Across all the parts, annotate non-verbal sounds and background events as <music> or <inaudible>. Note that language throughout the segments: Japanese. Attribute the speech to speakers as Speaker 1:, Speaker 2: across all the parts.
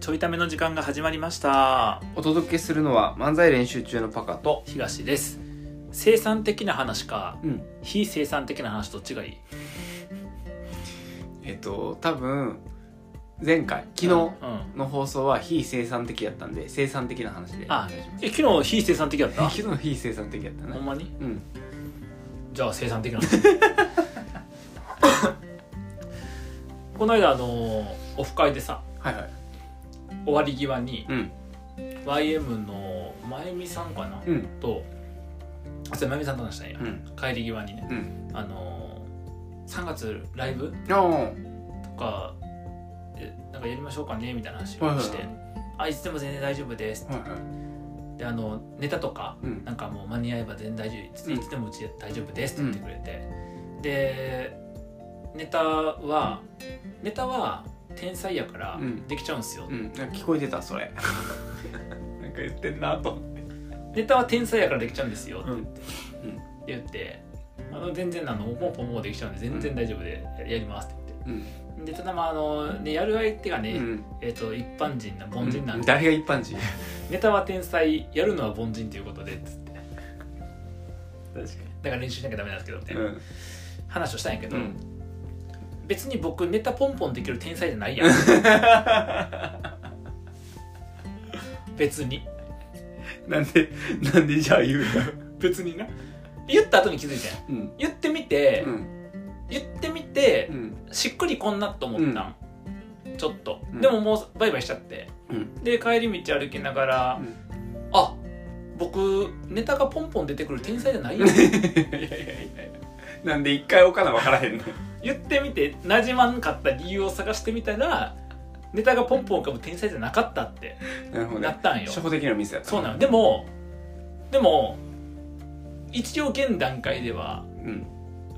Speaker 1: ちょいための時間が始まりました
Speaker 2: お届けするのは漫才練習中のパカと、
Speaker 1: 東です生産的な話か
Speaker 2: うん、
Speaker 1: 非生産的な話どっちがいい
Speaker 2: えっと多分前回昨日
Speaker 1: うん、
Speaker 2: の放送は非生産的だったんで生産的な話でお
Speaker 1: あ
Speaker 2: 願いします
Speaker 1: え昨日非生産的だった
Speaker 2: 昨日非生産的だった
Speaker 1: ほん
Speaker 2: ね
Speaker 1: まに
Speaker 2: うん
Speaker 1: じゃあ生産的な
Speaker 2: <laughs>
Speaker 1: 話この間あのオフ会でさ
Speaker 2: はいはい
Speaker 1: 終わり際に
Speaker 2: うん
Speaker 1: YM のまゆみさんかな、
Speaker 2: うん
Speaker 1: とあそうまゆみさんと話したんや、
Speaker 2: うん
Speaker 1: 帰り際にね、
Speaker 2: うん
Speaker 1: あのー3月ライブ
Speaker 2: ああ
Speaker 1: とかえなんかやりましょうかねみたいな話
Speaker 2: は
Speaker 1: を
Speaker 2: いはい
Speaker 1: して、
Speaker 2: はい
Speaker 1: あいつでも全然大丈夫です、
Speaker 2: はいはい
Speaker 1: であのネタとか
Speaker 2: うん
Speaker 1: なんかもう間に合えば全然大丈夫いつ
Speaker 2: うん
Speaker 1: いつでもうち大丈夫ですって言ってくれて、でネタはネタは天才やから
Speaker 2: うん
Speaker 1: できちゃうんすよ、
Speaker 2: うんなんか聞こえてた <laughs> それなんか言ってんなと思って
Speaker 1: ネタは天才やからできちゃうんですよって
Speaker 2: う
Speaker 1: 言っ
Speaker 2: ん
Speaker 1: て,、言ってあの全然あのポンポンもうできちゃうんで全然大丈夫でやりますって言って。
Speaker 2: うん
Speaker 1: でただまああの、ね、やる相手がね、
Speaker 2: うん
Speaker 1: えっと一般人な凡人なんで、
Speaker 2: 誰が一般人
Speaker 1: ネタは天才やるのは凡人ということでっつって
Speaker 2: 確か
Speaker 1: だから練習しなきゃダメなんですけどみたいな、
Speaker 2: うん
Speaker 1: 話をしたんやけど、
Speaker 2: うん <laughs>
Speaker 1: 別に僕ネタポンポンできる天才じゃないやん別に
Speaker 2: なんでなんでじゃあ言うんだ
Speaker 1: 別にな言った後に気づいたんや
Speaker 2: <laughs> うん
Speaker 1: 言ってみて、
Speaker 2: うん
Speaker 1: 言ってみて
Speaker 2: う、ん
Speaker 1: しっくりこんなと思ったん、ちょっと、
Speaker 2: うん
Speaker 1: でももうバイバイしちゃって
Speaker 2: うん
Speaker 1: で帰り道歩きながら、あ僕ネタがポンポン出てくる天才じゃないやん
Speaker 2: いやいやいやいやなんで一回おかな分からへんの
Speaker 1: <laughs> 言ってみてなじまんかった理由を探してみたらネタがポンポン浮かぶ天才じゃなかったって
Speaker 2: なるほど
Speaker 1: な
Speaker 2: ね
Speaker 1: ったんよ
Speaker 2: 初歩的なミスやった
Speaker 1: そうなのでもでも一応現段階では
Speaker 2: うん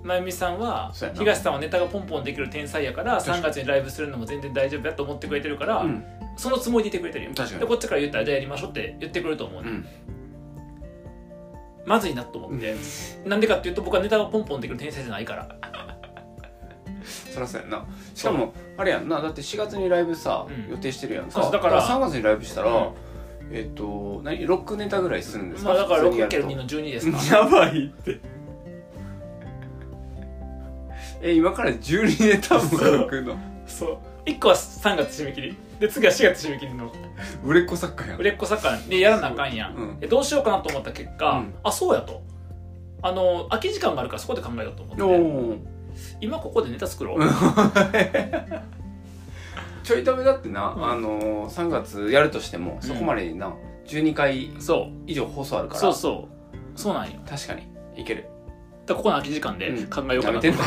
Speaker 1: まゆみさんは
Speaker 2: そうやな
Speaker 1: 東さんはネタがポンポンできる天才やから
Speaker 2: 確か
Speaker 1: 3
Speaker 2: に
Speaker 1: 月にライブするのも全然大丈夫やと思ってくれてるから、
Speaker 2: うん
Speaker 1: そのつもりでいてくれてるよ
Speaker 2: 確かに
Speaker 1: でこっちから言ったらじゃあやりましょうって言ってくれると思う、
Speaker 2: う
Speaker 1: ね
Speaker 2: ん
Speaker 1: まずいなと思って、なんでかっていうと僕はネタがポンポンできる天才じゃないから
Speaker 2: そらそうやんなしかもあれやんなだって4月にライブさ、
Speaker 1: うん
Speaker 2: 予定してるやん
Speaker 1: そうそうだから
Speaker 2: 3月にライブしたら、
Speaker 1: うん
Speaker 2: えっと何6ネタぐらいするんですか、
Speaker 1: まあだから
Speaker 2: 普通に
Speaker 1: 6×2
Speaker 2: や
Speaker 1: の12です
Speaker 2: る
Speaker 1: か
Speaker 2: とやばいってえ今から12ネタも書くの
Speaker 1: そう1個は3月締め切りで次は4月締め切りの
Speaker 2: 売れっ子作家やん
Speaker 1: 売れっ子作家でやらなあかんやん、
Speaker 2: うん
Speaker 1: でどうしようかなと思った結果、
Speaker 2: うん
Speaker 1: あそうやとあの空き時間があるからそこで考えようと思
Speaker 2: お
Speaker 1: って
Speaker 2: ー
Speaker 1: 今ここでネタ作ろう、
Speaker 2: <laughs> ちょい食べだってな、
Speaker 1: うん
Speaker 2: あのー、3月やるとしてもそこまでにな、12回
Speaker 1: そう
Speaker 2: 以上放送あるから
Speaker 1: そうそうそうなんよ
Speaker 2: 確かにいける
Speaker 1: だからここの空き時間で
Speaker 2: うん
Speaker 1: 考えようかなと、
Speaker 2: やめてんの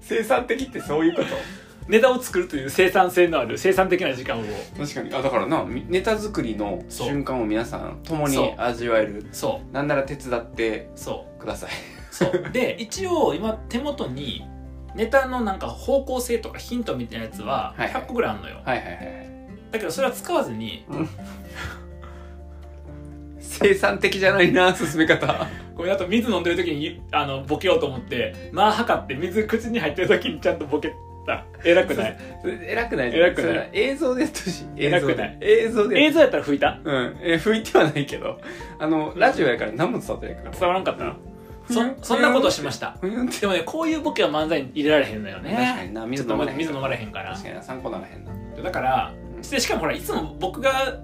Speaker 2: 生産的ってそういうこと
Speaker 1: <laughs> ネタを作るという生産性のある生産的な時間を
Speaker 2: 確かにあだからなみネタ作りの
Speaker 1: そう
Speaker 2: 瞬間を皆さん共
Speaker 1: そう
Speaker 2: に味わえる
Speaker 1: そ
Speaker 2: なんなら手伝って
Speaker 1: うそう
Speaker 2: ください
Speaker 1: そう
Speaker 2: <laughs>
Speaker 1: で一応今手元にネタのなんか方向性とかヒントみたいなやつは
Speaker 2: はいはい
Speaker 1: 100個ぐらいあるのよ、
Speaker 2: はいはいはいはい
Speaker 1: だけどそれは使わずに
Speaker 2: 生産的じゃないな進め <laughs> 方
Speaker 1: これあと水飲んでる時にあのボケようと思って間測って水口に入ってる時にちゃんとボケた偉くない
Speaker 2: 偉くない
Speaker 1: 偉くない
Speaker 2: それ映像でやってほしい映像
Speaker 1: 偉くない
Speaker 2: で映像で
Speaker 1: 映像やったら拭いた
Speaker 2: うん、えー、拭いてはないけどあのラジオやから何も伝わってないから
Speaker 1: 伝わらんかったそそんなことをしました
Speaker 2: ふにゅんって
Speaker 1: でもねこういうボケは漫才に入れられへんのよね
Speaker 2: 確かにな水飲まれへ
Speaker 1: ちょっと
Speaker 2: ん
Speaker 1: 水飲まれへんから
Speaker 2: 確かにな参考にならへんな
Speaker 1: だから
Speaker 2: うん
Speaker 1: でしかもほらいつも僕が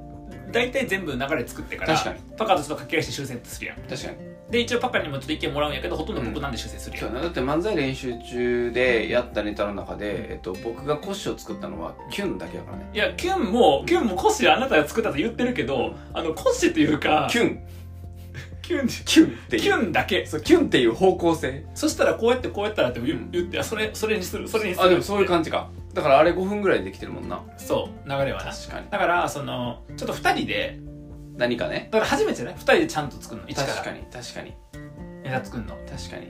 Speaker 1: 大体全部流れ作ってから
Speaker 2: 確かに
Speaker 1: パカとちょっと掛け合いして修正ってするやん
Speaker 2: 確かに
Speaker 1: で一応パカにもちょっと意見もらうんやけどほとんど僕なんで修正するやん、
Speaker 2: そうやなだって漫才練習中でやったネタの中で、えっと、僕がコッシュを作ったのはキュンだけだからね
Speaker 1: いやキュンもキュンもコッシーあなたが作ったと言ってるけどあのコッシーというか
Speaker 2: キュン
Speaker 1: キュンキ
Speaker 2: キュンっていう
Speaker 1: ュンだけ
Speaker 2: そうキュンっていう方向性
Speaker 1: そしたらこうやってこうやったらって言,、
Speaker 2: うん
Speaker 1: 言ってあそれそれにするそれにする
Speaker 2: あでもそういう感じかだからあれ5分ぐらいでできてるもんな
Speaker 1: そう流れはな
Speaker 2: 確かに
Speaker 1: だからそのちょっと2人で
Speaker 2: 何かね
Speaker 1: だから初めてじゃない2人でちゃんと作るの一から
Speaker 2: 確かに確かに
Speaker 1: ネタ作るの
Speaker 2: 確かに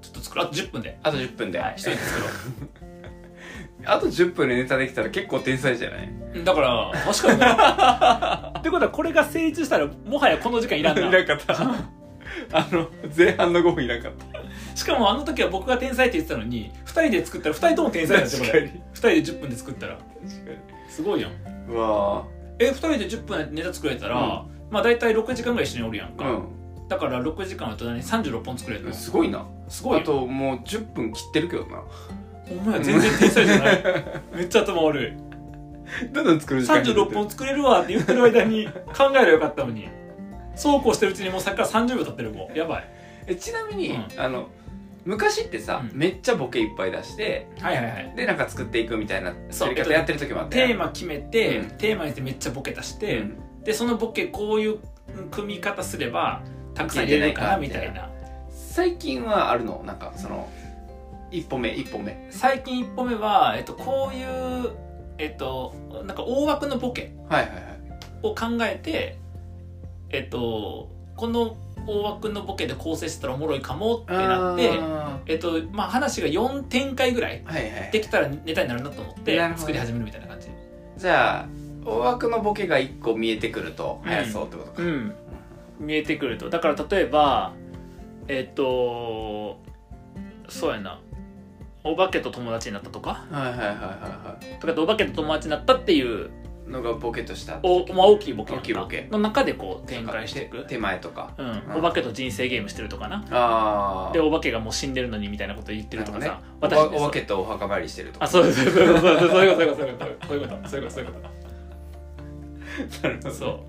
Speaker 1: ちょっと作るあと10分で
Speaker 2: あと10分で、
Speaker 1: はい一人で作ろ
Speaker 2: あと10分でネタできたら結構天才じゃないう <laughs>
Speaker 1: だから確かになってことはこれが成
Speaker 2: <laughs>
Speaker 1: 立したらもはやこの時間いらんな
Speaker 2: いらんかったあの前半の5分いらんかった
Speaker 1: しかもあの時は僕が天才って言ってたのに2人で作ったら2人とも天才なんですよこれ
Speaker 2: に
Speaker 1: 2人で10分で作ったら
Speaker 2: 確か
Speaker 1: すごいやん
Speaker 2: にうわ
Speaker 1: え2人で10分ネタ作れたら、まあ大体6時間ぐらい一緒におるやんか、
Speaker 2: ー
Speaker 1: だから6時間あと何36本作れる
Speaker 2: う
Speaker 1: の
Speaker 2: んすごいな
Speaker 1: すご
Speaker 2: あ
Speaker 1: いよ
Speaker 2: ともう10分切ってるけどな
Speaker 1: お前は全然天才じゃないめっちゃ頭悪い
Speaker 2: <laughs> どんどん作る時間減って
Speaker 1: 36本作れるわって言ってる間に考えればよかったのにそうこうしてるうちにもうさっきから30秒経ってるもうやばい
Speaker 2: えちなみに、
Speaker 1: う
Speaker 2: あの昔ってさ、
Speaker 1: うん
Speaker 2: めっちゃボケいっぱい出して
Speaker 1: はいはいはい
Speaker 2: でなんか作っていくみたいな
Speaker 1: そう
Speaker 2: 作り方やってる時もあった
Speaker 1: テ
Speaker 2: やん
Speaker 1: ーマ決めて、
Speaker 2: うん
Speaker 1: テーマにしてめっちゃボケ出し
Speaker 2: う
Speaker 1: て、
Speaker 2: ん
Speaker 1: でそのボケこういう組み方すればたくさん出ないかなみたいな
Speaker 2: 最近はあるのなんかその一歩目一歩目
Speaker 1: 最近一歩目は、えっと、こういう、えっと、なんか大枠のボケ
Speaker 2: はいはいはい
Speaker 1: を考えてえっとこの大枠のボケで構成してたらおもろいかもってなって
Speaker 2: あ
Speaker 1: えっとまあ話が4展開ぐらい
Speaker 2: ーはいはい
Speaker 1: できたらネタになるなと思って
Speaker 2: なるほど
Speaker 1: 作り始めるみたいな感じ
Speaker 2: じゃあ大枠のボケが一個見えてくると
Speaker 1: うん
Speaker 2: 早そうってことか、
Speaker 1: うん見えてくるとだから例えばえっとそうやなお化けと友達になったとか
Speaker 2: はいはいはいはいは
Speaker 1: とかお化けと友達になったっていう
Speaker 2: いのがボケとした
Speaker 1: お、まあ、大きいボケやんか
Speaker 2: 大きいボケ
Speaker 1: の中でこう展開していく
Speaker 2: 手前とか
Speaker 1: うん
Speaker 2: うん
Speaker 1: お化けと人生ゲームしてるとかな
Speaker 2: ああ
Speaker 1: でお化けがもう死んでるのにみたいなこと言ってるとか
Speaker 2: な
Speaker 1: さ
Speaker 2: るお
Speaker 1: 私
Speaker 2: お化けとお墓参りしてると
Speaker 1: あ
Speaker 2: か
Speaker 1: そうですそうですそういうことそういうことそういうことそういうことそういうことそういうこと
Speaker 2: なるほど
Speaker 1: そ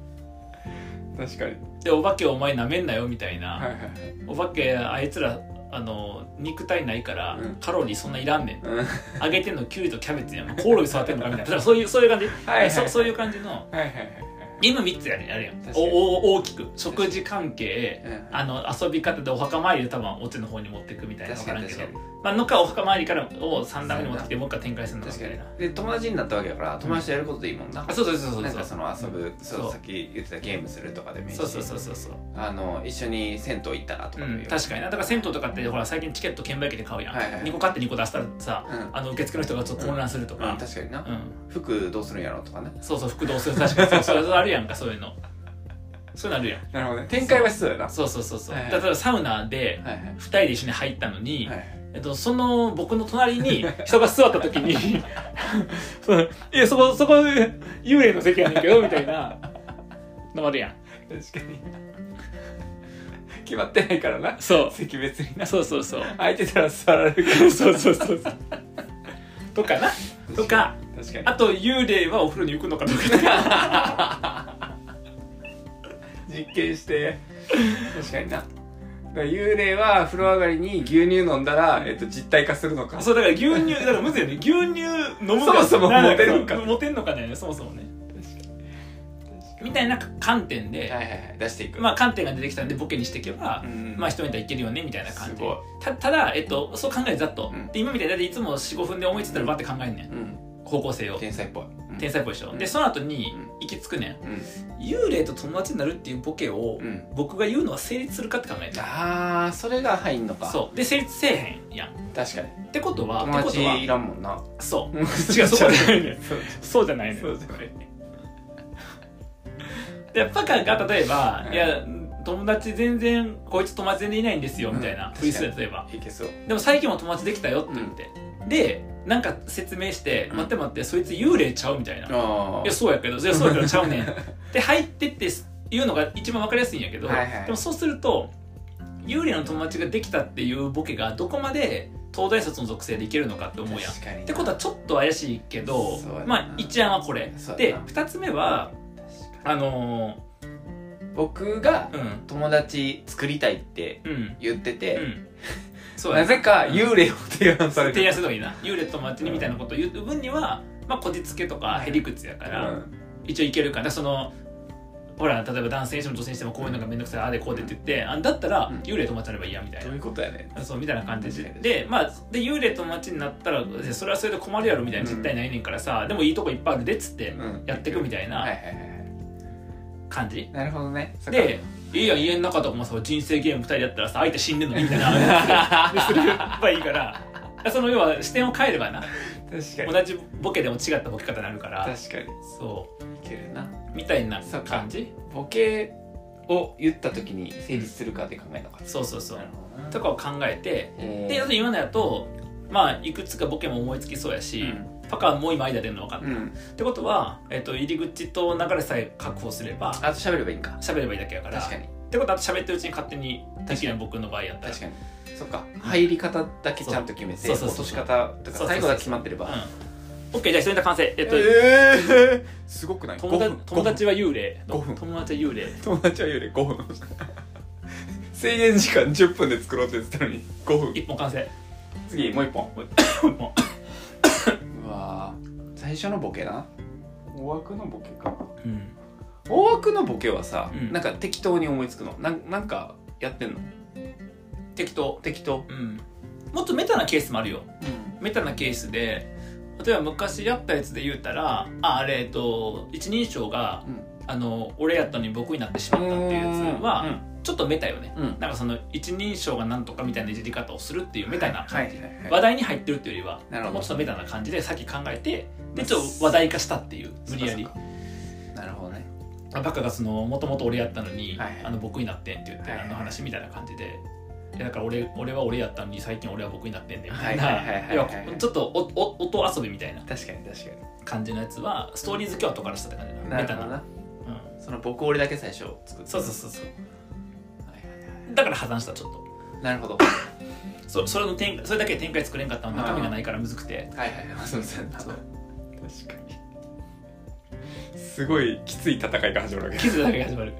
Speaker 2: 確かに
Speaker 1: うでお化けお前なめんなよみたいな、
Speaker 2: はいはいはい
Speaker 1: お化けあいつらあの肉体ないから
Speaker 2: うん
Speaker 1: カロリーそんないらんねん
Speaker 2: うんはい
Speaker 1: 揚げてんのキュウリとキャベツやんコオロギ育てんのかみたいなだからそういうそういう感じ
Speaker 2: はいはい
Speaker 1: そそういう感じの
Speaker 2: はいはいはい
Speaker 1: 今3つやるやるやん
Speaker 2: 確か
Speaker 1: お
Speaker 2: に
Speaker 1: お大きく食事関係
Speaker 2: うん
Speaker 1: あの遊び方でお墓参りで多分お手の方に持っていくみたいな
Speaker 2: 確
Speaker 1: 分
Speaker 2: か
Speaker 1: から
Speaker 2: に
Speaker 1: んけ
Speaker 2: 確
Speaker 1: ど
Speaker 2: かに
Speaker 1: まあ、のかお墓参りからを三段目に持ってきてもう一回展開するのかみ
Speaker 2: 確
Speaker 1: た
Speaker 2: か
Speaker 1: いな
Speaker 2: にで友達になったわけだから友達とやることでいいもんな、
Speaker 1: あそうそうそうそう
Speaker 2: なん
Speaker 1: そ
Speaker 2: か
Speaker 1: う
Speaker 2: その遊ぶ、そう
Speaker 1: そう
Speaker 2: さっき言ってたゲームするとかでもいいし
Speaker 1: そうそうそうそうそう、
Speaker 2: あの一緒に銭湯行ったらと
Speaker 1: う
Speaker 2: かでもいい
Speaker 1: ん、
Speaker 2: よ
Speaker 1: 確かになだから銭湯とかってほら最近チケット券売機で買うやん、
Speaker 2: は
Speaker 1: 二
Speaker 2: いはい
Speaker 1: 2個買って2個出したらさ、
Speaker 2: うん
Speaker 1: あの受付の人がちょっと混乱すると
Speaker 2: うん
Speaker 1: か、
Speaker 2: 確かにな、
Speaker 1: うん
Speaker 2: 服どうするんやろうとかね
Speaker 1: そうそう服同する確かにそうそうそうあるやんかそういうのそういうのあるやん
Speaker 2: なるほどね展開は必要やな
Speaker 1: そうそうそうそう、
Speaker 2: はいはい
Speaker 1: 例えばサウナで
Speaker 2: はいはい
Speaker 1: 2人で一緒に入ったのに、
Speaker 2: はい
Speaker 1: えっと、その僕の隣に人が座った時に <laughs> 「そのいやそこそこ幽霊の席やねんけど」みたいなのもあるやん
Speaker 2: 確かに決まってないからな
Speaker 1: そう
Speaker 2: 席別にな
Speaker 1: そうそうそう
Speaker 2: 空いてたら座られ <laughs> る
Speaker 1: そうそうそうそうとかなとか
Speaker 2: 確かに
Speaker 1: あと幽霊はお風呂に行くのかと
Speaker 2: <laughs>
Speaker 1: か
Speaker 2: 実験して確かになだから幽霊は風呂上がりに牛乳飲んだら、えっと、実体化するのか
Speaker 1: そうだから牛乳だからむずいよね牛乳飲むか
Speaker 2: そもそも
Speaker 1: なん
Speaker 2: モテるんか
Speaker 1: モテんのかねそもそもねみたいな観点で、
Speaker 2: はいはいはい出していく
Speaker 1: まあ観点が出てきたんでボケにしていけば、
Speaker 2: うん
Speaker 1: まあ一ネタいけるよねみたいな感じ
Speaker 2: すごい
Speaker 1: たただ、えっと、そう考えるざっと、
Speaker 2: うん
Speaker 1: で今みたいにだっていつも45分で思いついたらバッて考えんねん
Speaker 2: うん
Speaker 1: 高校生を
Speaker 2: 天才っぽい、うん
Speaker 1: 天才っぽいでしょ、
Speaker 2: うん
Speaker 1: でその後に
Speaker 2: うん
Speaker 1: 行き着くねん
Speaker 2: うん
Speaker 1: 幽霊と友達になるっていうボケを
Speaker 2: うん
Speaker 1: 僕が言うのは成立するかって考えて
Speaker 2: あーそれが入んのか
Speaker 1: そうで成立せえへんやん
Speaker 2: う確かに
Speaker 1: ってことは
Speaker 2: 友
Speaker 1: ってこと
Speaker 2: 達い
Speaker 1: は
Speaker 2: らんもんな
Speaker 1: そう
Speaker 2: 違う
Speaker 1: 違うそこじゃないねん
Speaker 2: そう
Speaker 1: そうじゃないねん
Speaker 2: そうじゃない
Speaker 1: でパカが例えば、
Speaker 2: うん
Speaker 1: いや友達全然こいつ友達全然いないんですよみたいな
Speaker 2: うん
Speaker 1: ふりするやん例えば
Speaker 2: いけそう
Speaker 1: でも最近も友達できたよって言って、でなんか説明して「
Speaker 2: うん
Speaker 1: 待って待ってそいつ幽霊ちゃう」みたいな「い
Speaker 2: あ
Speaker 1: やそうやけどいやそうやけどちゃうね <laughs> ん」で入ってって言うのが一番わかりやすいんやけど、
Speaker 2: はいはい
Speaker 1: でもそうすると幽霊の友達ができたっていうボケがどこまで東大卒の属性でいけるのかって思うやん。っ
Speaker 2: 確かにって
Speaker 1: ことはちょっと怪しいけど
Speaker 2: そうやな
Speaker 1: まあ一案はこれ
Speaker 2: そうや
Speaker 1: で
Speaker 2: な
Speaker 1: 2つ目はあの
Speaker 2: 僕が
Speaker 1: ーうん
Speaker 2: 友達作りたいって
Speaker 1: うん
Speaker 2: 言って
Speaker 1: う
Speaker 2: て、
Speaker 1: んそうや
Speaker 2: なぜか
Speaker 1: うん
Speaker 2: 幽霊を提案され
Speaker 1: 提
Speaker 2: る
Speaker 1: 案するのがいいな幽霊と友達にみたいなことを言う分には、まあ、こじつけとかへりくつやから、
Speaker 2: うん
Speaker 1: 一応いけるからそのほら例えば男性にしても女性にしてもこういうのがめんどくさいああでこうでって言ってあだったら
Speaker 2: うん
Speaker 1: 幽霊友達になればいいやみたい
Speaker 2: どう
Speaker 1: な。
Speaker 2: いうことやねん
Speaker 1: そうみたいな感じ
Speaker 2: 確
Speaker 1: で
Speaker 2: かに
Speaker 1: で,、まあ、で幽霊友達になったらでそれはそれで困るやろみたいな
Speaker 2: うん
Speaker 1: 実態ないねんからさ、でもいいとこいっぱいあるでっつって
Speaker 2: うん
Speaker 1: やっていくみたい
Speaker 2: はい
Speaker 1: な
Speaker 2: はいはいはい
Speaker 1: 感じ、
Speaker 2: なるほどねそっか
Speaker 1: でいいやん家の中とかもさ人生ゲーム2人でやったらさ相手死んでんのにみたいなですればいいからその要は視点を変えればな
Speaker 2: 確かに
Speaker 1: 同じボケでも違ったボケ方になるから
Speaker 2: 確かに
Speaker 1: そ
Speaker 2: いけるな
Speaker 1: うみたいな
Speaker 2: そっか
Speaker 1: 感じ
Speaker 2: ボケを言った時に成立するかで考えなかった。
Speaker 1: そうそうそう
Speaker 2: なるほどな
Speaker 1: とかを考えてで
Speaker 2: で
Speaker 1: あと今のやとまあいくつかボケも思いつきそうやし、パカはもう今間出るの分かった、
Speaker 2: う
Speaker 1: っ
Speaker 2: ん、
Speaker 1: てことは、えっと入り口と流れさえ確保すれば
Speaker 2: あと喋ればいいんか
Speaker 1: 喋ればいいだけやから
Speaker 2: 確かに
Speaker 1: ってことはあと喋ってるうちに勝手に的な僕の場合やったら
Speaker 2: 確かにそっか入り方だけちゃんと決めて
Speaker 1: そうそうそ
Speaker 2: 落と
Speaker 1: う
Speaker 2: し
Speaker 1: そう
Speaker 2: 方と
Speaker 1: そうそうそう
Speaker 2: か最後が決まってれば
Speaker 1: うん、OK じゃあ一人で完成えっと、
Speaker 2: えー、すごくない
Speaker 1: 友達友達は幽霊
Speaker 2: 5分
Speaker 1: 友達は幽霊
Speaker 2: 友達は言うで5分制限時間10分で作ろうって言ってたのに5分
Speaker 1: 一本完成
Speaker 2: 次もう1本 <coughs>
Speaker 1: も
Speaker 2: うわー最初のボケな大枠のボケか
Speaker 1: う、うん、
Speaker 2: 大枠のボケはさ、
Speaker 1: うん
Speaker 2: なんか適当に思いつくのなんなんかやってんの
Speaker 1: 適当
Speaker 2: 適当、
Speaker 1: うんもっとメタなケースもあるよメタなケースで例えば昔やったやつで言うたらああれえっと一人称が、
Speaker 2: うん
Speaker 1: あの俺やったのに僕になってしまったっていうやつ
Speaker 2: う
Speaker 1: は
Speaker 2: ん
Speaker 1: ちょっとメタよね
Speaker 2: うん、
Speaker 1: なんかその一人称がなんとかみたいないじり方をするっていうメタな
Speaker 2: はい
Speaker 1: 感
Speaker 2: は
Speaker 1: じ、
Speaker 2: い
Speaker 1: 話題に入ってるっていうよりは
Speaker 2: なるほど
Speaker 1: もっとメタな感じでさっき考えてでちょっと話題化したっていう無理やり
Speaker 2: なるほどね
Speaker 1: バカがそのもともと俺やったのに、
Speaker 2: はいはい
Speaker 1: あの僕になってんって言って、
Speaker 2: はいはい
Speaker 1: あの話みたいな感じで。いやだから俺俺は俺やったのに最近俺は僕になってんねみたい
Speaker 2: はいはいはいはい
Speaker 1: な
Speaker 2: はい
Speaker 1: 要はちょっとおお音遊びみたいな
Speaker 2: 確かに確か
Speaker 1: 感じのやつはストーリー好きは後からしたって感じな
Speaker 2: に
Speaker 1: の
Speaker 2: な
Speaker 1: メ
Speaker 2: る
Speaker 1: タ
Speaker 2: ほど
Speaker 1: な
Speaker 2: な
Speaker 1: う
Speaker 2: その僕俺だけ最初作っ
Speaker 1: ん、
Speaker 2: て
Speaker 1: そうそうそうそう
Speaker 2: はいはいは
Speaker 1: だから破綻したちょっと
Speaker 2: いなるほど
Speaker 1: そそれの展開それだけで展開作れんかったの中身がないからむずくて
Speaker 2: はいはいはいそうそ
Speaker 1: そ
Speaker 2: う
Speaker 1: う
Speaker 2: 確かにすごいきつい戦いが始まるわけ
Speaker 1: キズだけが始まる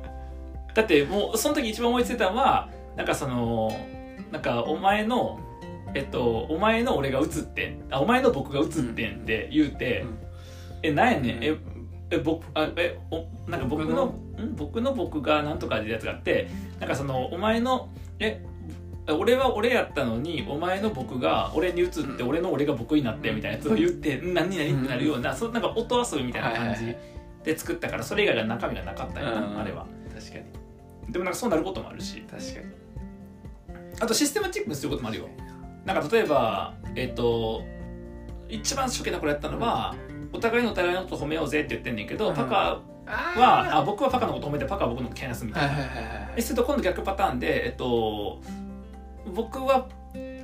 Speaker 1: だってもうその時一番思いついたのはなんかそのなんかお前のえっとお前の俺が映ってんあお前の僕が映ってんって言うて、
Speaker 2: うん
Speaker 1: えなんやねん、え
Speaker 2: うん
Speaker 1: え僕あえおなんか僕のん僕の僕がなんとかでやつがあってなんかそのお前のえ俺は俺やったのにお前の僕が俺に移って
Speaker 2: うん
Speaker 1: 俺の俺が僕になってみたいなやつを言ってん何々ってなるようなそのなんか音遊びみたいな感
Speaker 2: はい
Speaker 1: じ
Speaker 2: は
Speaker 1: で作ったからそれ以外が中身がなかったんやな、
Speaker 2: うん
Speaker 1: あれは
Speaker 2: 確かに
Speaker 1: でもなんかそうなることもあるし
Speaker 2: 確かに
Speaker 1: あとシステマチックにすることもあるよなんか例えばえっ、と一番初期のこれやったのはお互いのお互いのこと褒めようぜって言ってんねんけど、
Speaker 2: うん
Speaker 1: パカ
Speaker 2: あー
Speaker 1: はあ僕はパカのこと褒めてパカは僕のことけなすみたい
Speaker 2: はい
Speaker 1: な、
Speaker 2: はいはいは
Speaker 1: え
Speaker 2: い
Speaker 1: すると今度逆パターンで、えっと、僕は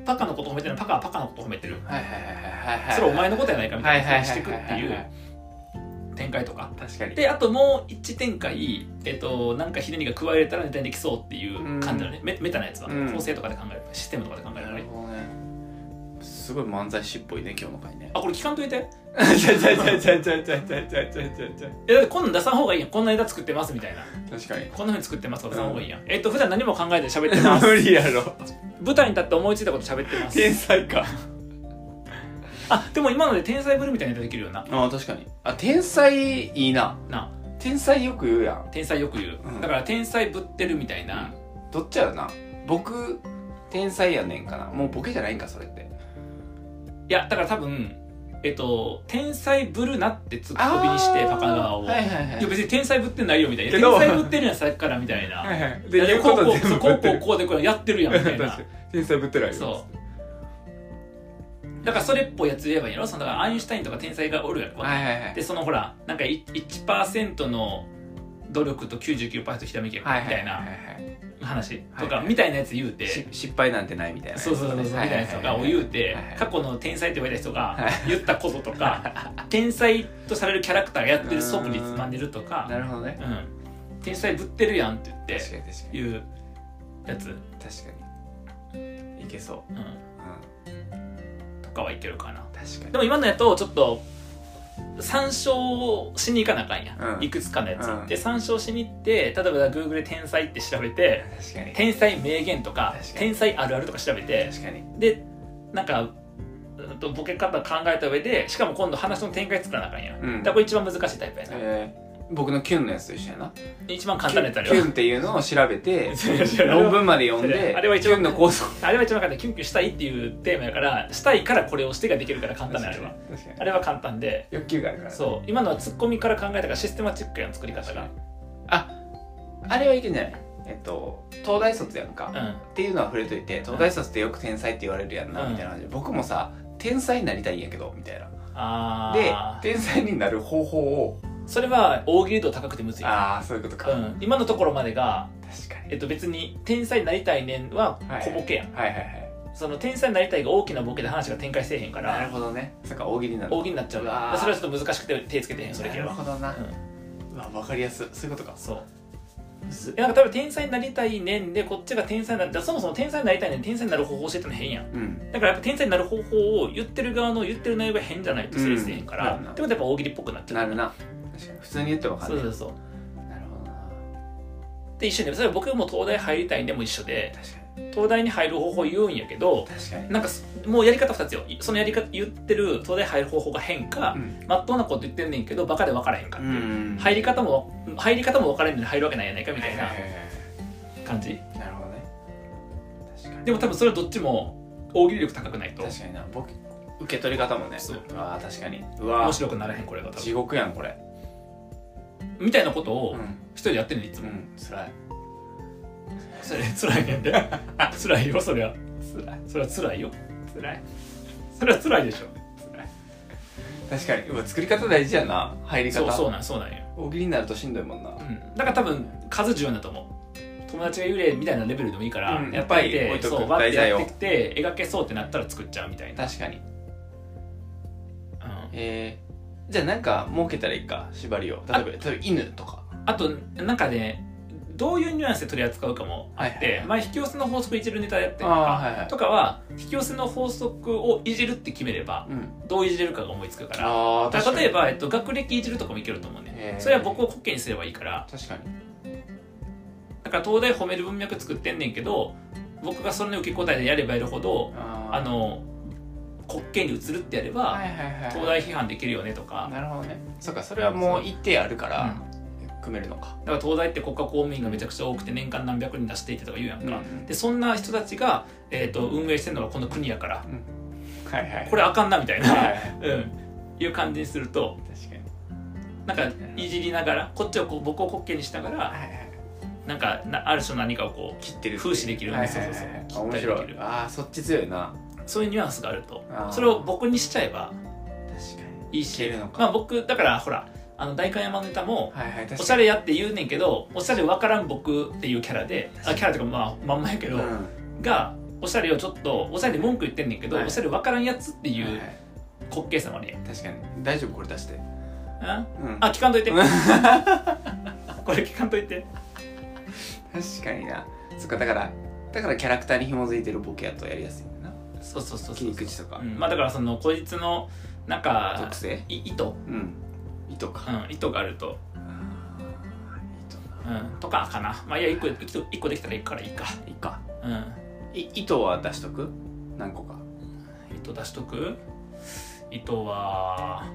Speaker 1: パカのこと褒めてるパカはパカのこと褒めてる
Speaker 2: はいはいはいはいはいはい
Speaker 1: それお前のことやないかみたいなにしていくって
Speaker 2: はいはいいはいうは
Speaker 1: 展開とか
Speaker 2: 確かに
Speaker 1: であともう一展開、えっと、なんかひねりが加えれたらネタにできそうっていう感じだね、メメタなやつは、
Speaker 2: うん
Speaker 1: 構成とかで考えるシステムとかで考えるか
Speaker 2: な
Speaker 1: ら
Speaker 2: る
Speaker 1: ね
Speaker 2: ほどねすごい漫才師っぽいね今日の回ね
Speaker 1: あこれ聞かんといて
Speaker 2: <laughs> ちゃちゃちゃちゃちゃちゃちゃちゃちゃちゃちゃ
Speaker 1: えだってこんなん出さん方がいいやんこんなネタ作ってますみたいな
Speaker 2: 確かに
Speaker 1: こんなふうに作ってますとか出さん方がいいやん、えっと普段何も考えて喋ってます
Speaker 2: 無理やろ
Speaker 1: 舞台に立って思いついたこと喋ってます
Speaker 2: 天才か
Speaker 1: あでも今ので天才ぶるみたいなネタできるよな
Speaker 2: あ確かにあ天才いいな
Speaker 1: な
Speaker 2: 天才よく言うやん
Speaker 1: 天才よく言う、
Speaker 2: うん
Speaker 1: だから天才ぶってるみたいな、
Speaker 2: どっちやろな僕天才やねんかなもうボケじゃないんかそれって
Speaker 1: いやだから多分えっと天才ぶるなってツッコミにしてパカ側を、
Speaker 2: はいいはいはい
Speaker 1: や別に天才ぶってないよみたいな
Speaker 2: け
Speaker 1: 天
Speaker 2: ど
Speaker 1: 才ぶってるやんさっきからみたいな、
Speaker 2: はいはい
Speaker 1: いや
Speaker 2: で言う
Speaker 1: こ
Speaker 2: こ
Speaker 1: うことう
Speaker 2: 全部
Speaker 1: こ
Speaker 2: ぶ
Speaker 1: う
Speaker 2: って
Speaker 1: こう
Speaker 2: る
Speaker 1: こうでこれやってるやんみたいな
Speaker 2: <laughs> 確かに天才ぶってるわよ
Speaker 1: そだからそれっぽいやつ言えばいいやろそのだからアインシュタインとか天才がおるやん、
Speaker 2: はいはいはい
Speaker 1: でそのほらなんかい1%の努力と99%ひらめきやみ
Speaker 2: はいはい
Speaker 1: たいな
Speaker 2: はい
Speaker 1: 話と
Speaker 2: はい
Speaker 1: か
Speaker 2: はい
Speaker 1: みたいなやつ言うて、
Speaker 2: はいし失敗なんてないみたいな
Speaker 1: そうそうそうそうみたいなやつとかを言うて
Speaker 2: はいはい
Speaker 1: 過去の天才って言われた人が
Speaker 2: はい
Speaker 1: 言ったことと
Speaker 2: <laughs>
Speaker 1: か天才とされるキャラクターがやってる素振りつまんでるとか
Speaker 2: なるほどね
Speaker 1: うん天才ぶってるやんって言っ
Speaker 2: 確か
Speaker 1: て
Speaker 2: に確かに
Speaker 1: 言うやつ、、
Speaker 2: 確かにいけそううんうん
Speaker 1: とかはいけるかな
Speaker 2: 確
Speaker 1: で
Speaker 2: か
Speaker 1: も今のやとちょっと参照しに行かなあかんや、
Speaker 2: うん
Speaker 1: いくつかのやつ、
Speaker 2: うん
Speaker 1: で参照しに行って例えば Google で天才って調べて
Speaker 2: に確かに
Speaker 1: 天才名言とか
Speaker 2: 確かに
Speaker 1: 天才あるあるとか調べて
Speaker 2: 確かに
Speaker 1: でなんかうんとボケ方考えた上でしかも今度話の展開作らなあかんや、
Speaker 2: うん
Speaker 1: だからこれ一番難しいタイプやな、
Speaker 2: えー僕のキュンのやつと一緒やな
Speaker 1: 一番簡単なやつあ
Speaker 2: キ
Speaker 1: れ
Speaker 2: ュン
Speaker 1: は
Speaker 2: キュンっていうのを調べ
Speaker 1: <laughs>
Speaker 2: て
Speaker 1: 論
Speaker 2: 論
Speaker 1: 文
Speaker 2: 文まで読んで
Speaker 1: あれは一
Speaker 2: キ
Speaker 1: 番
Speaker 2: ュンの構想
Speaker 1: あれは一番簡単キュンキュンしたいっていうテーマやからしたいからこれをしてができるから簡単なあれは
Speaker 2: 確かに
Speaker 1: あれは簡単で
Speaker 2: 欲求があるからね
Speaker 1: そう今のはツッコミから考えたからシステマチックやん作り方が
Speaker 2: ああれはいけんじゃないえっと東大卒やんか、
Speaker 1: う
Speaker 2: っ
Speaker 1: ん
Speaker 2: ていうのは触れといて東大卒ってよく天才って言われるやんな、
Speaker 1: うん
Speaker 2: みたいな感じで僕もさ天才になりたいんやけどみたいな
Speaker 1: あ
Speaker 2: で
Speaker 1: ー
Speaker 2: 天才になる方法を
Speaker 1: それは大喜利度高くてむずい、う
Speaker 2: ああそういうことか、
Speaker 1: ん、今のところまでが、
Speaker 2: 確か
Speaker 1: えっと、別に天才になりたいねんは小ボケやん、
Speaker 2: にはいはいはい
Speaker 1: その天才になりたいが大きなボケで話が展開せえへんか
Speaker 2: なる
Speaker 1: ら
Speaker 2: ほどねそっか大喜利なの
Speaker 1: 大喜利になっちゃう
Speaker 2: うわー
Speaker 1: それはちょっと難しくて手つけてへんそれ
Speaker 2: な
Speaker 1: 系は
Speaker 2: るほどな、
Speaker 1: うん
Speaker 2: うわ分かりやすいそういうことか
Speaker 1: そうえなんか多分天才になりたいねんでこっちが天才になるだからそもそも天才になりたいねん天才になる方法教えての変やん
Speaker 2: うん
Speaker 1: だからやっぱ天才になる方法を言ってる側の言ってる内容が変じゃないと成立せえへんから、
Speaker 2: うん
Speaker 1: ってことはやっぱ大喜利っぽくなっちゃ
Speaker 2: な
Speaker 1: う
Speaker 2: るな確かに普通に言っても分かん
Speaker 1: そう
Speaker 2: ない
Speaker 1: そうそう
Speaker 2: なるほどな
Speaker 1: で一緒でそれは僕も東大入りたいんでも一緒で
Speaker 2: 確かに
Speaker 1: 東大に入る方法言うんやけど
Speaker 2: 確かに
Speaker 1: なんかそもうやり方2つよそのやり方言ってる東大入る方法が変か、
Speaker 2: うん
Speaker 1: まっとうなこと言ってんねんけどバカで分からへんかっていう、
Speaker 2: うん
Speaker 1: 入り方も入り方も分からへんのに入るわけないやないかみたいな
Speaker 2: はいはいはいは
Speaker 1: 感じ
Speaker 2: いなるほどね確かに
Speaker 1: でも多分それはどっちも大喜利力高くないと
Speaker 2: 確かにな僕受け取り方もね
Speaker 1: そう
Speaker 2: あ確かにうわ
Speaker 1: 面白くならへんこれが多分
Speaker 2: 地獄やんこれ
Speaker 1: みたいなこと
Speaker 2: う
Speaker 1: を
Speaker 2: ん
Speaker 1: 一人でやってるのいつも、
Speaker 2: うんつらい
Speaker 1: そ <laughs> れ辛いねんで辛いよそれは
Speaker 2: つらい
Speaker 1: それは辛いよ
Speaker 2: つらい
Speaker 1: それは辛いでしょ
Speaker 2: 確かにうわ作り方大事やな入り方
Speaker 1: そうそうなんそうなんよ、
Speaker 2: 大喜利になるとしんどいもんな
Speaker 1: うん、だから多分数重要だと思う友達が幽霊みたいなレベルでもいいから、
Speaker 2: うん
Speaker 1: やっぱり
Speaker 2: やっぱり置いとく
Speaker 1: そうバッてやって
Speaker 2: 題
Speaker 1: きて描けそうってなったら作っちゃうみたいな、
Speaker 2: 確かに
Speaker 1: うん
Speaker 2: えー、じゃあなんか設けたらいいか縛りを例えば例えば犬とか
Speaker 1: あとなんかねどういうニュアンスで取り扱うかもあって、
Speaker 2: はいはいはい
Speaker 1: 前引き寄せの法則いじるネタやってるの
Speaker 2: あーはいはい
Speaker 1: かとかは引き寄せの法則をいじるって決めれば
Speaker 2: うん
Speaker 1: どういじれるかが思いつくから
Speaker 2: あ
Speaker 1: だから例えば、えっと、学歴いじるとかもいけると思うね
Speaker 2: へー
Speaker 1: それは僕を滑稽にすればいいから
Speaker 2: 確かに
Speaker 1: だから東大褒める文脈作ってんねんけど僕がそれの受け答えでやればやるほど
Speaker 2: あー
Speaker 1: あの滑稽に移るってやれば、
Speaker 2: はいはいはい
Speaker 1: 東大批判できるよねとか
Speaker 2: なるほどねそうかそれはもう一定あるから
Speaker 1: う
Speaker 2: 組めるのか
Speaker 1: だから東大って国家公務員がめちゃくちゃ多くて年間何百人出していてとか言うやんか、
Speaker 2: うん
Speaker 1: でそんな人たちが、えー、と運営してるのがこの国やから
Speaker 2: はいはい
Speaker 1: これあかんなみたい
Speaker 2: はいはい
Speaker 1: な、うん、いう感じにすると
Speaker 2: 確かに
Speaker 1: なんかいじりながらこっちをこう僕を滑稽にしなが
Speaker 2: は
Speaker 1: ら
Speaker 2: いはい
Speaker 1: なんかなある種何かをこう
Speaker 2: 切ってる
Speaker 1: 風刺できる
Speaker 2: はいはいは
Speaker 1: そう
Speaker 2: い
Speaker 1: そう
Speaker 2: あ
Speaker 1: そう
Speaker 2: 面
Speaker 1: 切った
Speaker 2: 白
Speaker 1: りで
Speaker 2: い
Speaker 1: きる
Speaker 2: ああそっち強いな
Speaker 1: そういうニュアンスがあると
Speaker 2: あー
Speaker 1: それを僕にしちゃえば
Speaker 2: 確か
Speaker 1: い
Speaker 2: に
Speaker 1: い
Speaker 2: いけ
Speaker 1: し
Speaker 2: るのか
Speaker 1: まあ僕だからほらあの代官山のネタも
Speaker 2: はいはい確かに
Speaker 1: おしゃれやって言うねんけどおしゃれ分からん僕っていうキャラであキャラっていうかまあまんまやけど、
Speaker 2: うん
Speaker 1: がおしゃれをちょっとおしゃれで文句言ってんねんけど、
Speaker 2: はい
Speaker 1: おしゃれ分からんやつってい
Speaker 2: はいうはい
Speaker 1: 滑稽さもあるやん、
Speaker 2: 確かに大丈夫これ出して
Speaker 1: あ
Speaker 2: うん
Speaker 1: あ聞かんといてこれ聞かんといて
Speaker 2: 確かになそっかだからだからキャラクターに紐づいてるボケやとやりやすいんだな
Speaker 1: そうそうそう
Speaker 2: 切
Speaker 1: そう
Speaker 2: り口とか、
Speaker 1: うんまあだからそのこいつのなんか
Speaker 2: 特性
Speaker 1: い意図、う
Speaker 2: うん糸か、
Speaker 1: ん、意図があると、
Speaker 2: あー糸な
Speaker 1: うん、とかかなまあいや一個一個一個できたらいいからいいか
Speaker 2: いいか
Speaker 1: うん
Speaker 2: い糸は出しとく何個か
Speaker 1: 糸出しとく糸は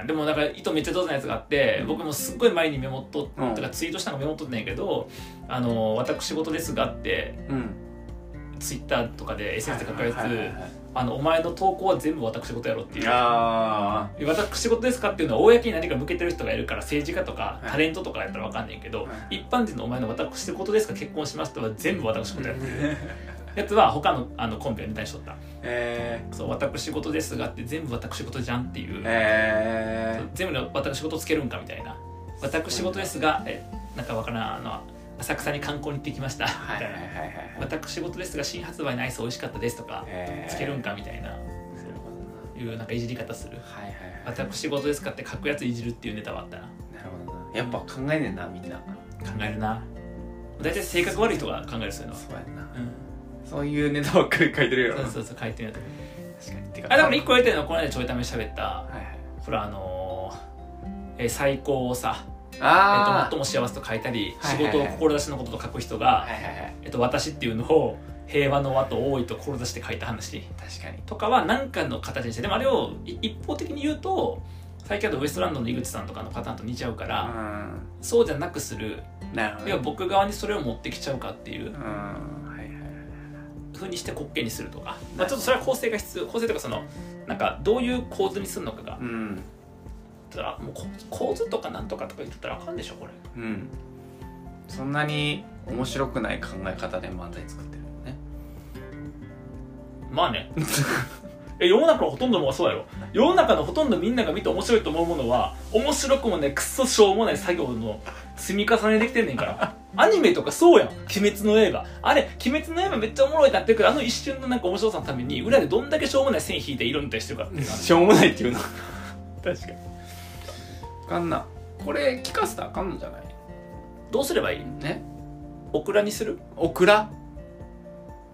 Speaker 1: うんでもなんか糸めっちゃ上手なやつがあって僕もすっごい前にメモっとっ
Speaker 2: うん
Speaker 1: とかツイートしたのがメモっとってんやけど「あの私事ですが」って
Speaker 2: うん
Speaker 1: ツイッターとかで SNS で書くや
Speaker 2: はいはいはい
Speaker 1: つ
Speaker 2: はい
Speaker 1: 「あのお前の投稿は全部私事やろ」っていう
Speaker 2: あ
Speaker 1: 「私事ですか?」っていうのは公に何か向けてる人がいるから政治家とか
Speaker 2: はい
Speaker 1: タレントとかやったら分かんないけど、
Speaker 2: はい
Speaker 1: 一般人の「お前の私事ですか結婚しました」は全部私事やってるやつは他のあのコンビをネタにしとった。
Speaker 2: え
Speaker 1: そう私事ですがって全部私事じゃんっていう、
Speaker 2: ー、えー、
Speaker 1: 全部の私事つけるんかみたいな私事ですがえなんかわからんあの浅草に観光に行ってきましたみ
Speaker 2: は
Speaker 1: た
Speaker 2: い
Speaker 1: いな、
Speaker 2: はいはいはいはい
Speaker 1: 私事ですが新発売のアイス美味しかったですとか
Speaker 2: えー
Speaker 1: つけるんかみたいな
Speaker 2: なるほどな
Speaker 1: いうなんかいじり方する
Speaker 2: はいはいはい
Speaker 1: 私事ですかって書くやついじるっていうネタはあったな
Speaker 2: なるほどなやっぱ考えねえなみんな
Speaker 1: 考えるな大体性格悪い人が考えるそういうのは
Speaker 2: そうやんな
Speaker 1: うん
Speaker 2: そういうネタばっかり書いてるよ
Speaker 1: そう
Speaker 2: な
Speaker 1: そうそう書いてるやつ
Speaker 2: 確かにてか
Speaker 1: あだから一個やりたいのはこの間ちょいため喋った
Speaker 2: はいはい
Speaker 1: ほらあのーえ最高をさえっと、
Speaker 2: ああ、
Speaker 1: 最も幸せと書いたり
Speaker 2: はい
Speaker 1: 仕
Speaker 2: はいはい
Speaker 1: 事を志のことと書く人が、
Speaker 2: はいはいはい
Speaker 1: えっと、私っていうのを平和の和と多いと志して書いた話
Speaker 2: 確かに
Speaker 1: とかは何かの形にしてでもあれをい一方的に言うと最近だとウエストランドの井口さんとかのパターンと似ちゃうから、
Speaker 2: う
Speaker 1: そうじゃなくする
Speaker 2: んなる
Speaker 1: 要
Speaker 2: ほど
Speaker 1: は
Speaker 2: ね
Speaker 1: 僕側にそれを持ってきちゃうかっていう
Speaker 2: うんはいはいはい
Speaker 1: ふうにして滑稽にするとか、まあ、ちょっとそれは構成が必要構成とかそのなんかどういう構図にするのかが
Speaker 2: うん
Speaker 1: ただもうこ構図とかなんとかとか言ってたらあかんでしょこれ
Speaker 2: うんそんなに面白くない考え方で漫才作ってるのね
Speaker 1: まあねい <laughs> え世の中のほとんどもうそうやろ世の中のほとんどみんなが見て面白いと思うものは面白くもねクソしょうもない作業の積み重ねできてんねん <laughs> からアニメとかそうやん「鬼滅の刃」あれ「鬼滅の刃」めっちゃおもろいなってるけどあの一瞬のなんか面白さのために裏でどんだけしょうもない線引いて色塗ったりしてるかっていう
Speaker 2: しょうもないっていうな
Speaker 1: <laughs> 確かに
Speaker 2: あかんなこれ聞かせたらあかんのじゃない
Speaker 1: どうすればいい
Speaker 2: ね
Speaker 1: オクラにする
Speaker 2: オ
Speaker 1: <laughs>
Speaker 2: クラ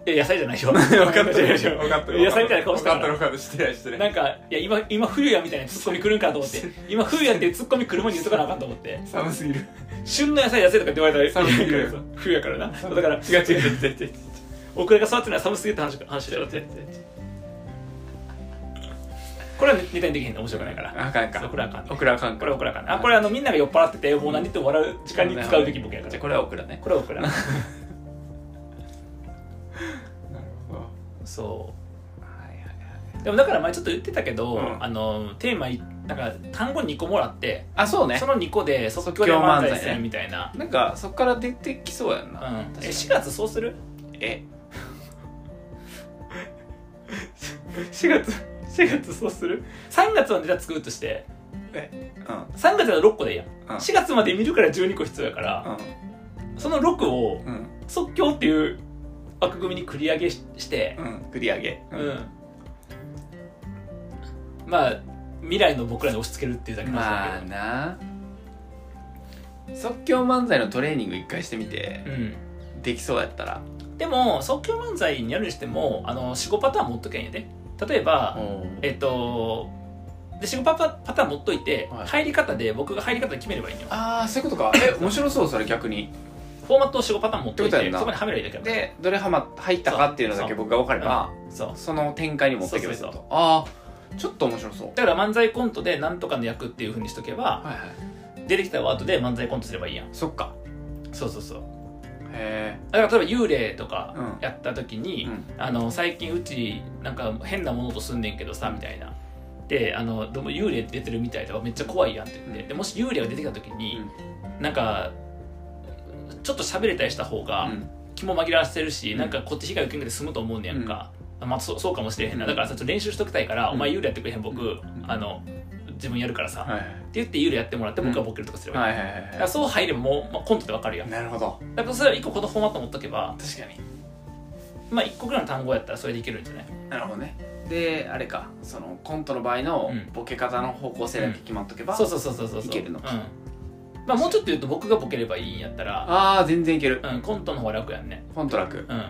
Speaker 1: いや野菜じゃ <laughs> ないよ
Speaker 2: 分かった
Speaker 1: 違う
Speaker 2: よ
Speaker 1: 違う
Speaker 2: 分かった
Speaker 1: 野菜みたいな顔してた
Speaker 2: 分
Speaker 1: か
Speaker 2: かっ
Speaker 1: ら
Speaker 2: た分かった失礼失
Speaker 1: な
Speaker 2: 礼
Speaker 1: んかいや今今冬やみたいなツッコミ来るんかと思 <laughs> って今冬やってツッコミ来る前に言っとかなあかんと思って
Speaker 2: 寒すぎる
Speaker 1: 旬の野菜野菜とかって言われたら
Speaker 2: 寒すぎる
Speaker 1: 冬やからなだから
Speaker 2: 違う違う違う違う違う
Speaker 1: オクラが育ってるのは寒すぎるって話話だよってこれはネタにできへんの面白くないから
Speaker 2: あかんか
Speaker 1: そうこれはあかんね
Speaker 2: オクラあかんか
Speaker 1: これはオクラかなあこれあのみんなが酔っ払っててもう何言っても笑う時間に使うべき僕やか
Speaker 2: じゃあ
Speaker 1: ら
Speaker 2: これはオクラね
Speaker 1: これはオク
Speaker 2: <laughs>
Speaker 1: ラ
Speaker 2: なるほどは
Speaker 1: そう
Speaker 2: いはいはい
Speaker 1: でもだから前ちょっと言ってたけど、
Speaker 2: うん
Speaker 1: あのテーマいなんか単語2個もらって、
Speaker 2: あそうね
Speaker 1: その2個で即興で
Speaker 2: 即興漫
Speaker 1: 漫
Speaker 2: 才ね
Speaker 1: 才するみたいな、
Speaker 2: なんかそっから出てきそうやん
Speaker 1: うん
Speaker 2: な、
Speaker 1: え4月そうする
Speaker 2: え
Speaker 1: 4月4月そうする3月のネタ作るとして
Speaker 2: うん
Speaker 1: 3月は6個でいいやん
Speaker 2: うん
Speaker 1: 4月まで見るから12個必要やから、その6を
Speaker 2: うんうん
Speaker 1: 即興っていう枠組みに繰り上げしして
Speaker 2: うん繰り上げ
Speaker 1: うん、まあ未来の僕らに押し付けるっていうだけの話
Speaker 2: ま
Speaker 1: だ
Speaker 2: あ
Speaker 1: けど、
Speaker 2: な即興漫才のトレーニング一回してみて
Speaker 1: うん
Speaker 2: できそうやったら
Speaker 1: でも即興漫才にやるにしてもあの45パターン持っとけんやで例えば、えっとで45パパパターン持っといて、
Speaker 2: はい
Speaker 1: 入り方で僕が入り方で決めればいいのよ
Speaker 2: ああそういうことかえ面白そうそれ逆に
Speaker 1: フォーマットを45パターン持っとい
Speaker 2: って
Speaker 1: て
Speaker 2: ことやんな
Speaker 1: そこにはめればいいだけ
Speaker 2: でどれはま入ったかっていうのだけ僕が分かれば
Speaker 1: うんそう
Speaker 2: その展開に持っていけばいいってこと
Speaker 1: そ
Speaker 2: ああちょっと面白そう
Speaker 1: だから漫才コントでなんとかの役っていうふうにしとけば
Speaker 2: はいはい
Speaker 1: 出てきたワードで漫才コントすればいいやん
Speaker 2: そっか
Speaker 1: そうそうそう
Speaker 2: へ
Speaker 1: だから例えば幽霊とか
Speaker 2: うん
Speaker 1: やった時
Speaker 2: え
Speaker 1: に、
Speaker 2: うん
Speaker 1: あの最近うちなんか変なものと住んでんけどさみたいなであのどうも幽霊出てるみたいとかめっちゃ怖いやんって言って、
Speaker 2: うん
Speaker 1: でもし幽霊が出てきた時に、なんかちょっと喋れたりした方が
Speaker 2: うん
Speaker 1: 気も紛らわせるし、
Speaker 2: うん
Speaker 1: なんかこっち被害受けんけど済むと思うねやんか、まあそうそうかもしれへんなだからさちょっと練習しときたいから、
Speaker 2: うん
Speaker 1: お前幽霊やってくれへん僕、
Speaker 2: ん
Speaker 1: あの自分やるからさ、っ
Speaker 2: は
Speaker 1: て言って幽霊やってもらって僕がボケるとかすれ
Speaker 2: い
Speaker 1: ばいい、
Speaker 2: はいはいはい
Speaker 1: だか
Speaker 2: は
Speaker 1: らそう入ればもう、まあ、コントってわかるやん
Speaker 2: いなるほど
Speaker 1: だからそれは一個このフォーマット持っとけば
Speaker 2: 確かに
Speaker 1: まあ一個ぐらいの単語やったらそれでいけるんじゃない
Speaker 2: なるほどねであれかそのコントの場合の
Speaker 1: うん
Speaker 2: ボケ方の方向性だけ決まっとけば
Speaker 1: そうそうそうそうそうい
Speaker 2: いけるのか
Speaker 1: うんまあ、もうちょっと言うと僕がボケればいいんやったら、
Speaker 2: ああ全然いける
Speaker 1: うん、コントの方が楽やんね
Speaker 2: コント楽
Speaker 1: うん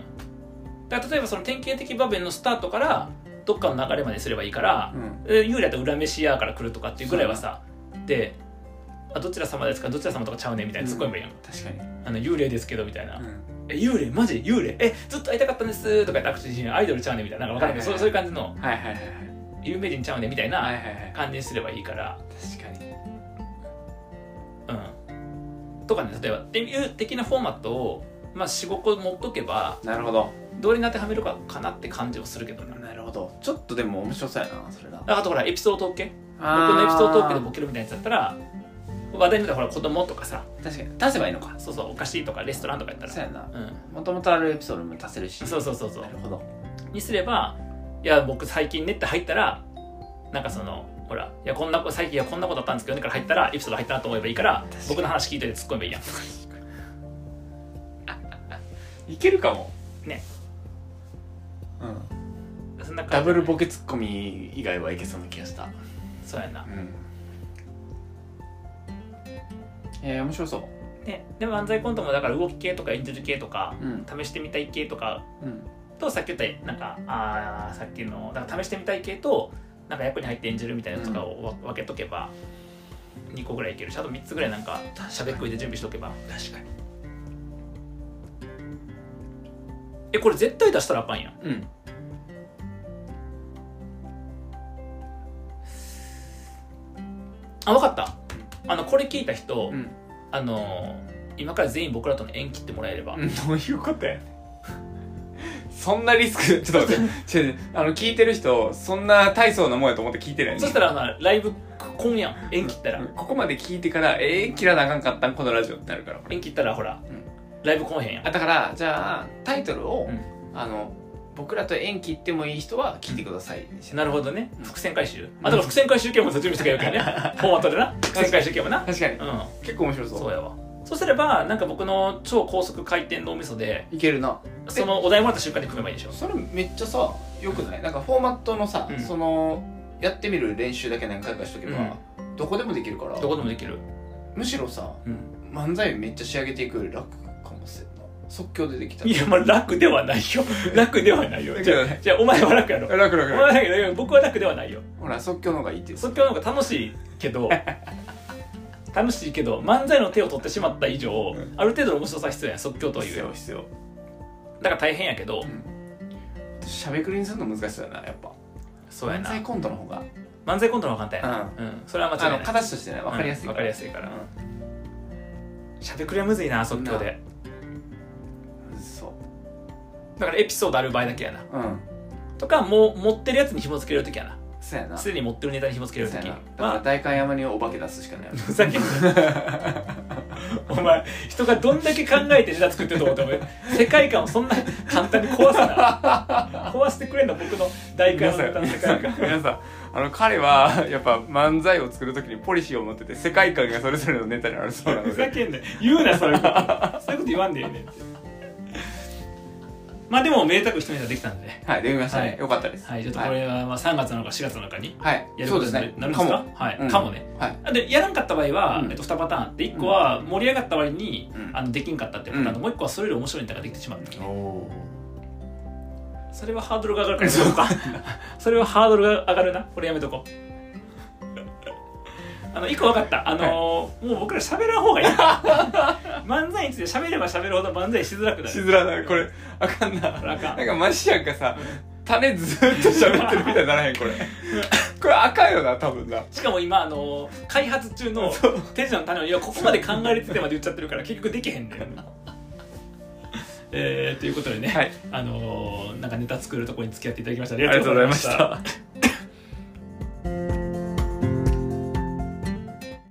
Speaker 1: だから例えばその典型的場面のスタートからどっかの流れまですればいいから、
Speaker 2: うん
Speaker 1: え幽霊だったら裏飯屋から来るとかっていうぐらいはさであどちら様ですかどちら様とかちゃうねみたいな突っ込めばいいやん、
Speaker 2: 確かに
Speaker 1: あの幽霊ですけどみたいな、
Speaker 2: うん
Speaker 1: え幽霊マジ幽霊えずっと会いたかったんですとか言って握手しアイドルちゃうねみたいななんか分からんけど、そ
Speaker 2: はいはいはい
Speaker 1: うそういう感じの
Speaker 2: はいはいはい
Speaker 1: 有名人ちゃうねみたい
Speaker 2: はいはい
Speaker 1: な
Speaker 2: はいはい
Speaker 1: 感じにすればいいから、
Speaker 2: 確かに
Speaker 1: うん、とかね例えばっていう的なフォーマットを、まあ、45個持っとけば
Speaker 2: なるほど
Speaker 1: どれに当てはめるかかなって感じはするけどな
Speaker 2: なるほどちょっとでも面白そうやなそれだ
Speaker 1: あとほらエピソードトーク系僕
Speaker 2: 僕
Speaker 1: のエピソードトークでボケるみたいなやつだったら話題になったらほら子供とかさ
Speaker 2: 確かに出せばいいのか
Speaker 1: そうそうお菓子とかレストランとかやった
Speaker 2: そう
Speaker 1: ら、
Speaker 2: やな
Speaker 1: うん、
Speaker 2: もともとあるエピソードも出せるし
Speaker 1: そうそうそうそう
Speaker 2: なるほど
Speaker 1: にすればいや僕最近ねって入ったらなんかそのほらいやこんなこ最近いやこんなことあったんですけどねから入ったらエピソード入ったなと思えばいいから
Speaker 2: かに
Speaker 1: 僕の話聞いといて突っ込めばいいやん
Speaker 2: いけるかも
Speaker 1: ね
Speaker 2: うん
Speaker 1: そんな感じ
Speaker 2: ダブルボケツッコミ以外はいけそうな気がした
Speaker 1: そうやな
Speaker 2: うんえー、面白そう
Speaker 1: ね、でも漫才コントもだから動き系とか演じる系とか、
Speaker 2: うん
Speaker 1: 試してみたい系とか
Speaker 2: うん
Speaker 1: とさっき言ったなんかあーさっきのだから試してみたい系となんか役に入って演じるみたいなやつとかをわ分けとけば2個ぐらいいけるしあと3つぐらいなんかしゃべっくりで準備しとけば
Speaker 2: 確かに
Speaker 1: えこれ絶対出したらあかんやん
Speaker 2: うん
Speaker 1: あ分かったあのこれ聞いた人、
Speaker 2: うん
Speaker 1: あのー今から全員僕らとの縁切ってもらえれば、
Speaker 2: <laughs> どういうことやねんそんなリスク <laughs> ちょっと待っ
Speaker 1: <laughs>
Speaker 2: て違う違うあの聞いてる人そんな大層なもんやと思って聞いてないね
Speaker 1: そしたらまあライブ今夜縁切ったら、
Speaker 2: ここまで聞いてからええ切らなあかんかったんこのラジオってなるから俺
Speaker 1: 縁切ったらほら、
Speaker 2: うん
Speaker 1: ライブ来おへんやん
Speaker 2: あだからじゃあタイトルを、
Speaker 1: うん
Speaker 2: あの僕らと縁切ってもいい人は聞いてくださいにしな
Speaker 1: なるほどね伏線回収あだから伏線回収系も準備してくれる <laughs> からねフォーマットでな伏線回収系もな
Speaker 2: 確かに
Speaker 1: うん
Speaker 2: 結構面白そう
Speaker 1: そうやわそうすればなんか僕の超高速回転脳みそで
Speaker 2: いけるな
Speaker 1: そのお題もらった瞬間に組めばいいでしょ
Speaker 2: それめっちゃさよくないなんかフォーマットのさ、
Speaker 1: うん
Speaker 2: そのやってみる練習だけ何回かしとけば、どこでもできるから
Speaker 1: どこでもできる
Speaker 2: むしろさ
Speaker 1: うん
Speaker 2: 漫才めっちゃ仕上げていくより楽かもしれんな即興でできたら
Speaker 1: いやまあ楽ではない <laughs> よ楽ではないよ
Speaker 2: 楽
Speaker 1: じ
Speaker 2: で
Speaker 1: ゃ
Speaker 2: は
Speaker 1: あ
Speaker 2: ない
Speaker 1: じゃあお前は楽やろお
Speaker 2: 楽楽
Speaker 1: 前は楽やろ僕は楽ではないよ
Speaker 2: ほら即興の方がいいって言って
Speaker 1: 即興の方が楽しいけど <laughs> 楽しいけど漫才の手を取ってしまった以上、
Speaker 2: ん
Speaker 1: ある程度の面白さは必要やん即興とは言えば
Speaker 2: 必要
Speaker 1: だから大変やけど、
Speaker 2: しゃべくりにするの難しそうだなやっぱ
Speaker 1: そうや
Speaker 2: 漫
Speaker 1: な
Speaker 2: 才コントの方が
Speaker 1: 漫才コントの方が簡単やな、うんそれは間違
Speaker 2: あ
Speaker 1: いな
Speaker 2: の
Speaker 1: い
Speaker 2: 形としてね分かりやすい
Speaker 1: うんわかりやすいからしゃべくりはむずいな即興で
Speaker 2: うんそ
Speaker 1: だからエピソードある場合だけやな
Speaker 2: ううん
Speaker 1: とかもう持ってるやつに紐付けれる時やな
Speaker 2: そうやな
Speaker 1: す
Speaker 2: そう
Speaker 1: でに持ってるネタに紐付けれる
Speaker 2: や
Speaker 1: 時
Speaker 2: なだから
Speaker 1: まあ
Speaker 2: 代官山にお化け出すしかないよ
Speaker 1: ふざけんな
Speaker 2: <laughs>
Speaker 1: お前人がどんだけ考えてネタ作ってると思ってお前世界観をそんな簡単に壊すな壊してくれんの僕の大
Speaker 2: 皆
Speaker 1: 観
Speaker 2: さ
Speaker 1: の
Speaker 2: ん
Speaker 1: ネタの世界観
Speaker 2: 皆さんあの彼はやっぱ漫才を作る時にポリシーを持ってて世界観がそれぞれのネタにあるそうな
Speaker 1: ふ
Speaker 2: の
Speaker 1: ざ
Speaker 2: で
Speaker 1: けんなよ言うなそういうことそういうこと言わんでええねんってまあでもめでたく一ネタできたんでね
Speaker 2: はいできました
Speaker 1: は
Speaker 2: ね
Speaker 1: い
Speaker 2: よかったです
Speaker 1: はいちょっとこれはまあ3月なのか4月なのかに
Speaker 2: はい
Speaker 1: やる
Speaker 2: そ
Speaker 1: こ
Speaker 2: う
Speaker 1: と
Speaker 2: で
Speaker 1: に
Speaker 2: す
Speaker 1: なる
Speaker 2: ね
Speaker 1: なるんですかはい
Speaker 2: うん
Speaker 1: かもね
Speaker 2: はい
Speaker 1: でやらんかった場合は、
Speaker 2: うん
Speaker 1: えっと、2パターンあって1個は盛り上がった割に、
Speaker 2: うん
Speaker 1: あのできんかったっていうパターンと、
Speaker 2: う
Speaker 1: もう1個はそれより面白いネタができてしまった、
Speaker 2: おお
Speaker 1: それはハードルが上がるからそうか <laughs> それはハードルが上がるなこれやめとこうあの1個分かったあのーもう僕ら喋らん方がいい <laughs> 漫才について喋れば喋るほど漫才しづらくな
Speaker 2: し
Speaker 1: る
Speaker 2: づらないこれあかんな
Speaker 1: あかん
Speaker 2: なんかマジやんかさ種ずーっと喋ってるみたいにならへんこれこれあかんよな多分な
Speaker 1: しかも今、あのー開発中の手品の種をいやここまで考えれててまで言っちゃってるから結局できへんねんえー、ということでね、
Speaker 2: はい
Speaker 1: あのーなんかネタ作るとこに付き合っていただきましたあ
Speaker 2: あ
Speaker 1: りがとうございました
Speaker 2: りがとうございました